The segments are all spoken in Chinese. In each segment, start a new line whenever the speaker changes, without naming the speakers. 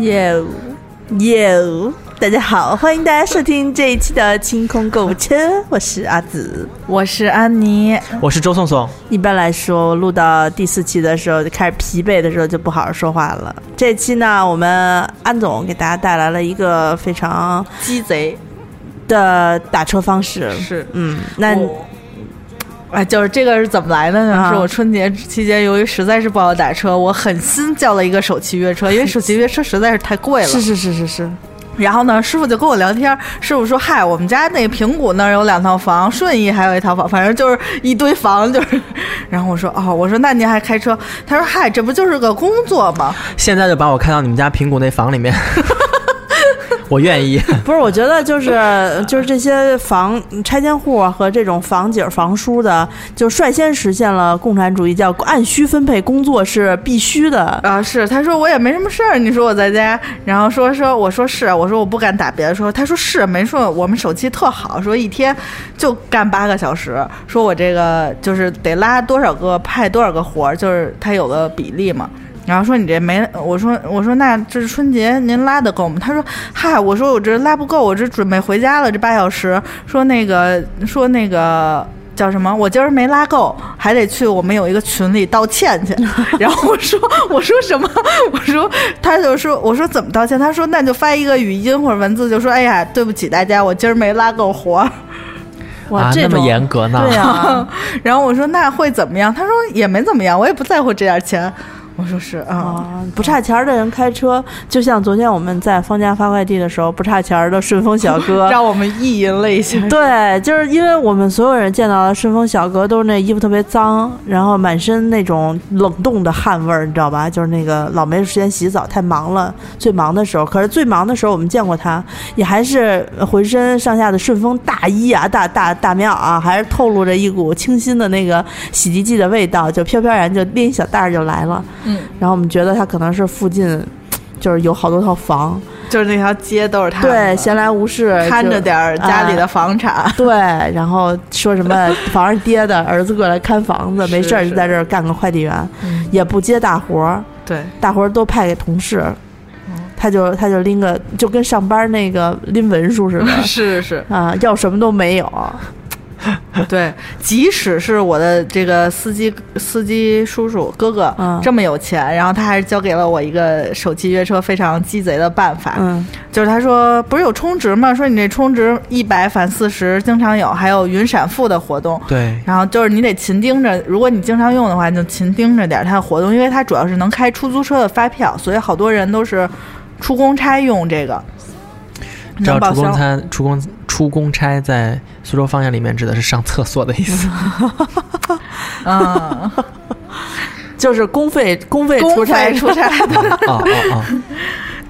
哟哟！大家好，欢迎大家收听这一期的清空购物车，我是阿紫。
我是安妮，
我是周颂颂，
一般来说，录到第四期的时候就开始疲惫的时候就不好好说话了。这期呢，我们安总给大家带来了一个非常
鸡贼
的打车方式。
是。
嗯，那
我哎，就是这个是怎么来的呢？
啊
是我春节期间由于实在是不好打车，我狠心叫了一个手骑约车， 因为手骑约车实在是太贵了。
是是是是是，
然后呢，师傅就跟我聊天，师傅说：“嗨，我们家那平谷那儿有两套房，顺义还有一套房，反正就是一堆房，就是。”然后我说：“哦，我说那您还开车？”他说：“嗨，这不就是个工作吗？
现在就把我开到你们家平谷那房里面， 我 愿意。
不是，我觉得就是呃就是这些房拆迁户啊和这种房姐儿房叔的，就率先实现了共产主义，叫按需分配工作是必须的。
啊，是，他说我也没什么事儿，你说我在家，然后说说我说是，啊我说我不敢打别的说，他说是，啊没说我们手气特好，说一天就干八个小时，说我这个就是得拉多少个派多少个活儿，就是他有个比例嘛。然后说你这没，我说我说那这是春节您拉的够吗？他说嗨，我说我这拉不够，我这准备回家了，这八小时。说那个说那个叫什么？我今儿没拉够，还得去我们有一个群里道歉 去。然后我说我说什么？我说他就说我说怎么道歉？他说那就发一个语音或者文字，就说哎呀对不起大家，我今儿没拉够活儿。
哇，
啊，
这
那么
种
严格呢？
对
啊
呀、
然后我说那会怎么样？他说也没怎么样，我也不在乎这点钱。我说是啊，
啊，不差钱儿的人开车，就像昨天我们在方家发快递的时候，不差钱儿的顺丰小 哥。
让我们意淫了一下。
对，就是因为我们所有人见到的顺丰小哥都是那衣服特别脏，然后满身那种冷冻的汗味儿，你知道吧？就是那个老没时间洗澡，太忙了。最忙的时候，可是最忙的时候，我们见过他，也还是浑身上下的顺丰大衣啊、大大大棉袄啊，还是透露着一股清新的那个洗涤剂的味道，就飘飘然就拎一小袋儿就来了。
嗯，
然后我们觉得他可能是附近。就是有好多套房，呃
就是那条街都是他
对，
们的
闲来无事
看
就啊
着点儿家里的房产。
对，然后说什么房是爹的，儿子过来看房子，没事儿
是嗯
就在这儿干个快递员，也不接大活儿，
对，
大活儿都派给同事，
哦
他就他就拎个就跟上班那个拎文书似 的
是是，
啊，要什么都没有，
对，即使是我的这个司机司机叔叔哥哥、
嗯
这么有钱，然后他还是教给了我一个手机约车非常鸡贼的办法，
嗯，
就是他说不是有充值吗？说你这充值一百返四十，经常有，还有云闪付的活动。
对，
然后就是你得勤盯着，如果你经常用的话，你就勤盯着点儿它的活动，因为它主要是能开出租车的发票，所以好多人都是出公差用这个，
知道
能报
出公
销。
差、出公出公差在苏州方言里面指的是上厕所的 意思。
嗯，
就是公费公费出
公
差
费 出差。
啊啊啊！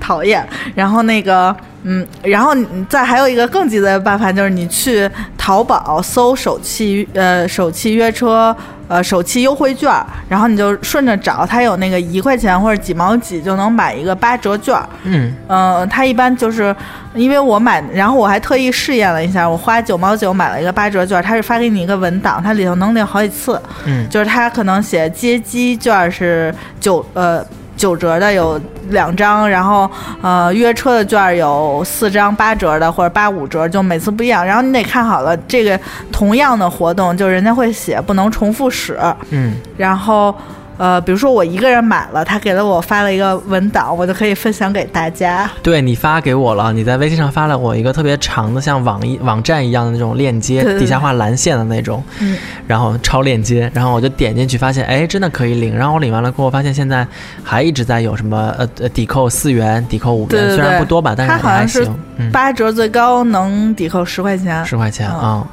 讨厌。然后那个，嗯，然后你再还有一个更鸡贼的办法，就是你去淘宝搜首汽呃首汽约车呃首汽优惠券儿，然后你就顺着找，它有那个一块钱或者几毛几就能买一个八折券儿。
嗯，
嗯，它一般就是因为我买，然后我还特意试验了一下，我花九毛九买了一个八折券，它是发给你一个文档，它里头能领好几次。
嗯
就是它可能写接机券是九呃九折的有两张，然后呃约车的券有四张八折的或者八五折，就每次不一样。然后你得看好了，这个同样的活动，就人家会写不能重复使。
嗯，
然后呃，比如说我一个人买了，他给了我发了一个文档，我就可以分享给大家。
对你发给我了，你在微信上发了我一个特别长的，像网一网站一样的那种链接
对对，对
底下画蓝线的那种，
嗯
然后超链接，然后我就点进去，发现哎，真的可以领。然后我领完了过后，发现现在还一直在有什么呃呃抵扣四元、抵扣五元，
对对对
虽然不多吧，但是
它好像
还
是
行。嗯，
八折最高能抵扣十块钱，
十块钱
嗯
啊、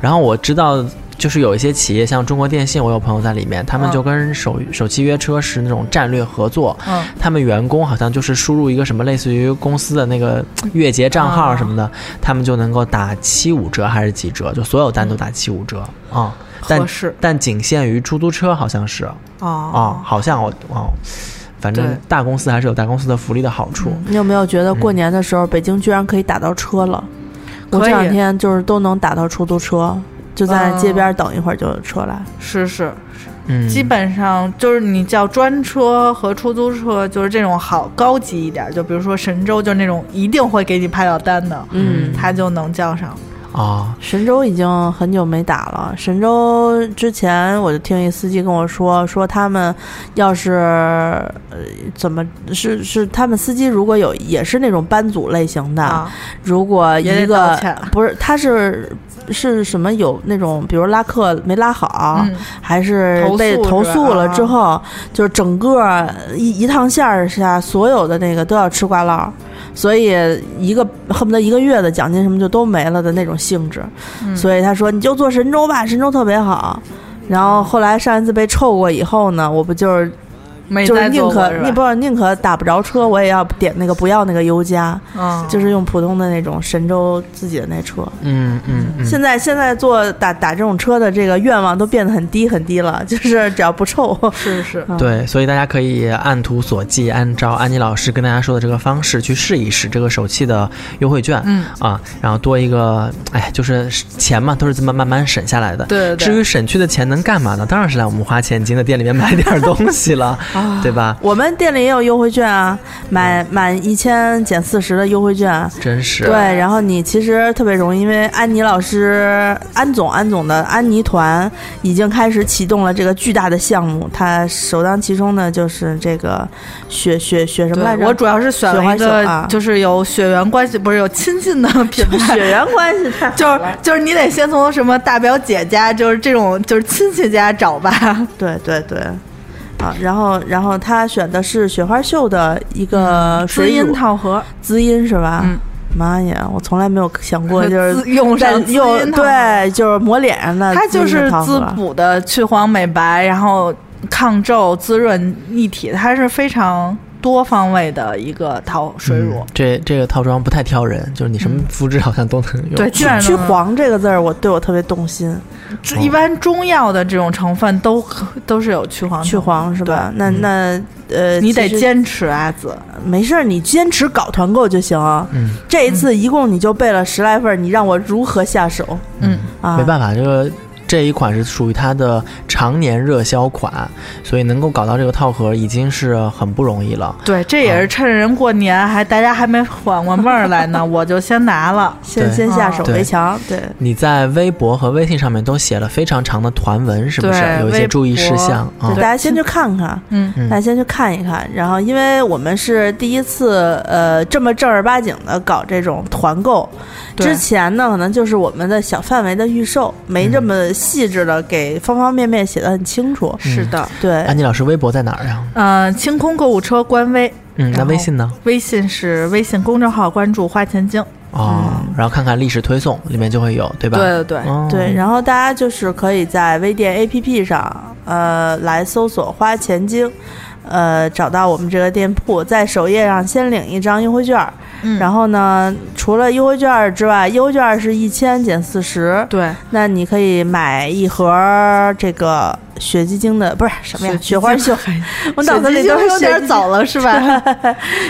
然后我知道，就是有一些企业，像中国电信，我有朋友在里面，他
嗯
们就跟手、手机约车是那种战略合作。
嗯，
他们员工好像就是输入一个什么类似于公司的那个月结账号什么
啊
的，他们就能够打七五折还是几折，就所有单都打七五折啊、但
合适
但仅限于出租车，好像是啊、
哦。
好像我哦，反
对嗯
正大公司还是有大公司的福利的好处。
你有没有觉得过年的时候北京居然可以打到车了？我
可
这
以
两天就是都能打到出租车，就在
哦
街边儿等一会儿就有车来。
是是，是，
嗯，
基本上就是你叫专车和出租车，就是这种好高级一点，就比如说神州，就是那种一定会给你派到单的，
嗯，
他就能叫上。
啊，
神州已经很久没打了。神州之前我就听一司机跟我说，说他们要是呃怎么是是他们司机如果有也是那种班组类型的，
啊，
如果
也
一
得道
个
歉
不是他是是什么有那种比如拉客没拉好，
嗯，
还是
投
被
诉
投
是吧
诉了
啊
之后，就是整个一一趟线儿下，所有的那个都要吃瓜烙，所以一个恨不得一个月的奖金什么就都没了的那种性质。
嗯
所以他说你就做神州吧，神州特别好。然后后来上一次被臭过以后呢，我不就是
没
就是
在
宁
做过
可
是吧
你不宁可打不着车，我也要点那个不要那个优加，
嗯，
就是用普通的那种神州自己的那车。
嗯嗯嗯，
现在现在坐打打这种车的这个愿望都变得很低很低了， 就是只要不臭，
是是，
对，所以大家可以按图索骥，按照安妮老师跟大家说的这个方式去试一试这个手气的优惠券。
嗯
啊，然后多一个，哎，就是钱嘛，都是这么慢慢省下来的。
对对对
至于省去的钱能干嘛呢？当然是来我们花钱精的店里面买点儿东西 了，
啊
对吧？
我们店里也有优惠券啊，满满一千减四十的优惠券。啊
真是
对，然后你其实特别容易，因为安妮老师、安总、安总的安妮团已经开始启动了这个巨大的项目，他首当其冲的就是这个雪雪雪什么来
对
着？
我主要是选
雪
了
花
一
秀啊
个就是有血缘关系，不是有亲近的 品牌
血。缘关系太好
就是
了
就是你得先从什么大表姐家，就是这种就是亲戚家找 吧。
对对对，啊，然后然后他选的是雪花秀的一个水乳
套盒，
滋阴是吧？
嗯，
妈呀，我从来没有想 过就是
自用
在
上滋
用
阴套盒
对，就是抹脸上的
它就
滋阴
是
呃的啊套
滋
盒
补的、去黄美白，然后抗皱、滋润一体，它是非常多方位的一个套水乳。
哦
嗯这这个套装不太挑人，就是你什么肤质好像都能用。
嗯对，基本
去
上都
黄这个字儿，我对我特别动心。
能一般中药的这种成分都可都是有去黄
去
成分，
黄是吧？那那呃，
你得
其实
坚持啊，子。
没事儿，你坚持搞团购就行。
嗯，
这一次一共你就备了十来份儿，你让我如何下手
嗯，
啊？
没办法，这个这一款是属于它的常年热销款，所以能够搞到这个套盒已经是很不容易了。
对，这也是趁人过年还大家还没缓过味儿来呢，我就先拿了。
先
对
先下手
对
为强。对，
你在微博和微信上面都写了非常长的团文，是不是
对？
有一些注意事项
微博
啊
大。家先去看看。
嗯，
嗯
大家先去看一看，然后因为我们是第一次，呃，这么正儿八经的搞这种团购，
对
之前呢可能就是我们的小范围的预售，
嗯
没这么细致的给方方面面写的很清楚。
是的，哎
对，
安妮老师微博在哪儿呀？
嗯、清空购物车官微，
嗯，那
然后
微信呢？
微信是微信公众号关注“花钱精
哦，然后看看历史推送里面就会有，对”吧？
对对对，
哦
对，然后大家就是可以在微店 APP 上，呃，来搜索“花钱精”，呃，找到我们这个店铺，在首页上先领一张优惠券儿。
嗯
然后呢，除了优惠券儿之外，优惠券儿是一千减四十，
对，
那你可以买一盒儿这个雪肌精的，不是什么呀，雪花 秀。我脑子里都是
有
雪
点
肌
早了，是吧？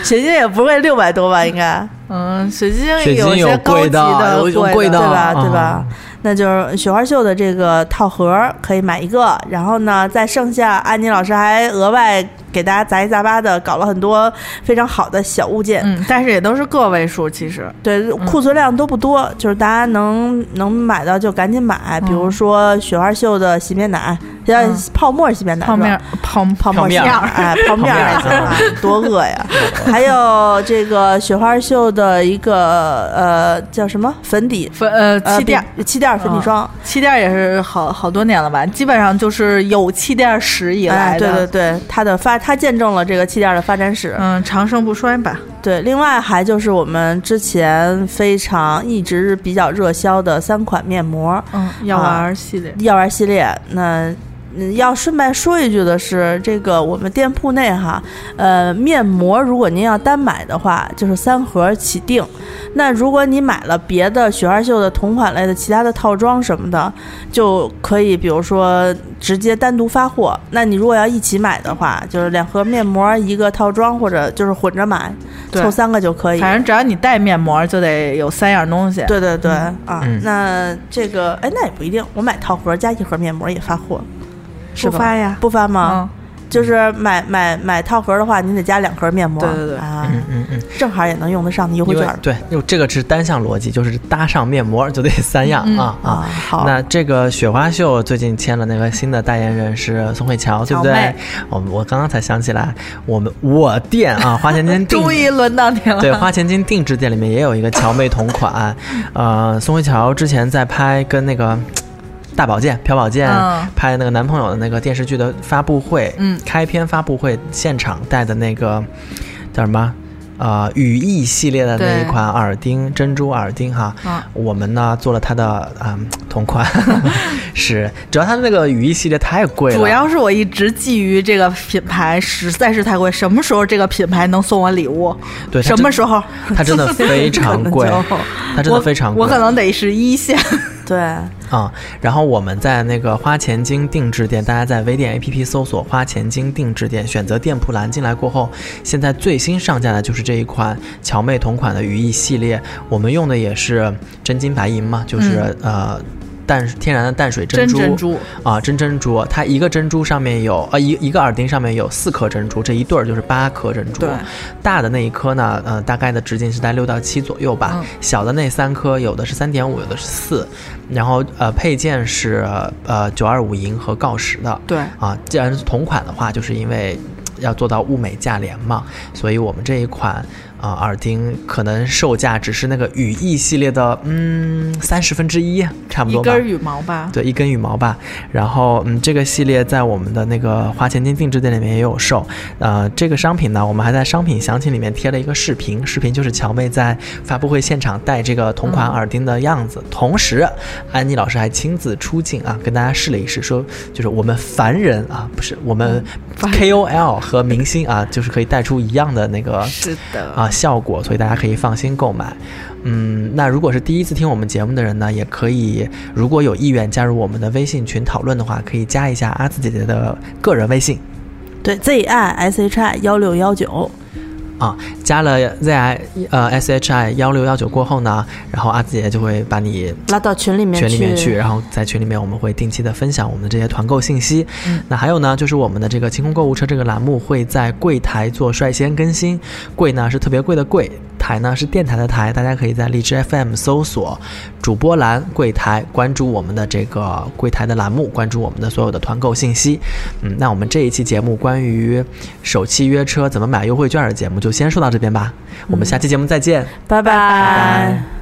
雪肌精也不会六百多吧，应该。
嗯，水晶
水晶
一
有
些高
贵
级
的
的，
有有贵
贵
的
对吧？
啊
对吧？那就是雪花秀的这个套盒儿可以买一个，然后呢，在剩下安妮老师还额外给大家杂七杂八的搞了很多非常好的小物件，
嗯，但是也都是个位数，其实
对，库存量都不多，就是大家能能买到就赶紧买，比如说雪花秀的洗面奶，叫、
嗯
泡沫洗面奶，
泡
是吧
面
泡
泡
沫
泡面
馅儿，哎，泡面儿
泡面儿
啊，多饿呀！还有这个雪花秀的一个呃叫什么粉底
粉呃
呃
气垫儿，
饼气垫儿粉底霜，
气垫儿也是好好多年了吧，基本上就是有气垫儿史以
哎，
来
对对
的，
对，它的发它见证了这个气垫儿的发展史。
嗯，长盛不衰吧，
对，另外还就是我们之前非常一直比较热销的三款面膜，
嗯，药丸儿系
啊
列，
药丸系列。那嗯要顺便说一句的是，这个我们店铺内哈，呃，面膜如果您要单买的话，就是三盒起订。那如果你买了别的雪花秀的同款类的其他的套装什么的，就可以比如说直接单独发货。那你如果要一起买的话，就是两盒面膜一个套装，或者就是混着买，
对
凑三个就可以。
反正只要你带面膜，就得有三样东西，
对对对、啊
嗯，
那这个哎，那也不一定，我买套盒加一盒面膜也发货。是吧
不发呀
不发吗？
啊
嗯，
就是买买买套盒的话，您得加两盒面膜。
对对对
啊，
嗯嗯嗯，
正好也能用得上的优惠
因为
券儿
对，因为这个是单项逻辑，就是搭上面膜就得三样啊啊。
啊。好，
那这个雪花秀最近签了那个新的代言人是宋慧乔，对
乔
不对
妹？
我我刚刚才想起来，我们我店啊，花 钱店定
终于轮到你 了。
对，花钱金定制店里面也有一个乔妹 同款，呃，宋慧乔之前在拍跟那个。大保健、朴宝剑
嗯
拍那个男朋友的那个电视剧的发布会，
嗯
开篇发布会现场戴的那个叫什么？呃，羽翼系列的那一
对
款耳钉，珍珠耳钉哈。
嗯
我们呢做了它的嗯 同款，是主要它那个羽翼系列太贵了，
主要是我一直觊觎这个品牌，实在是太贵。什么时候这个品牌能送我礼物？
对它
什
真
么时候？
它 真的非常贵，它真的非常贵。
我，我可能得是一线。
对，
啊、然后我们在那个花钱精定制店，大家在微店 APP 搜索“花钱精定制店”，选择店铺栏进来过后，现在最新上架的就是这一款乔妹同款的羽翼系列，我们用的也是真金白银嘛，就是、呃淡天然的淡水 珍
嗯
珠。
珍珠，
啊，真珍珠，它一个珍珠上面有啊一一个耳钉上面有四颗珍珠，这一对儿就是八颗珍珠
对。
大的那一颗呢，呃，大概的直径是在六到七左右吧。
嗯
小的那三颗，有的是三点五，有的是四。然后呃，配件是呃九二五银和锆石的。
对，
啊，既然是同款的话，就是因为嘖要做到物美价廉嘛，所以我们这一款啊、呃耳钉可能售价只是那个羽翼系列的嗯三十分之一，差不
一
多吧。
根羽毛吧。
对，一根羽毛吧。然后，嗯，这个系列在我们的那个花钱金定制店里面也有售。呃，这个商品呢，我们还在商品详情里面贴了一个视频，视频就是乔妹在发布会现场戴这个同
嗯
款耳钉的样子。同时，安妮老师还亲自出镜啊，跟大家试了一试，说就是我们凡人啊，不是我
嗯
们 KOL 和明星啊，就是可以戴出一样的那个
是的，
啊效果，所以大家可以放心购买。嗯，那如果是第一次听我们节目的人呢，也可以如果有意愿加入我们的微信群讨论的话，可以加一下阿紫姐姐的个人微信
对 Z I S H I 幺六幺九，
啊。加了 Z I 呃 S H I 幺六幺九过后呢，然后阿紫姐姐就会把你
拉到群里面
群里面去，然后在群里面我们会定期的分享我们的这些团购信息。
嗯
那还有呢，就是我们的这个清空购物车这个栏目会在柜台做率先更新，柜呢是特别贵的柜，台呢是电台的台，大家可以在荔枝 FM 搜索主播栏柜台，关注我们的这个柜台的栏目，关注我们的所有的团购信息。嗯，那我们这一期节目关于首期约车怎么买优惠券的节目就先说到这边吧，我们下期节目再见，
嗯拜
拜
拜
拜
拜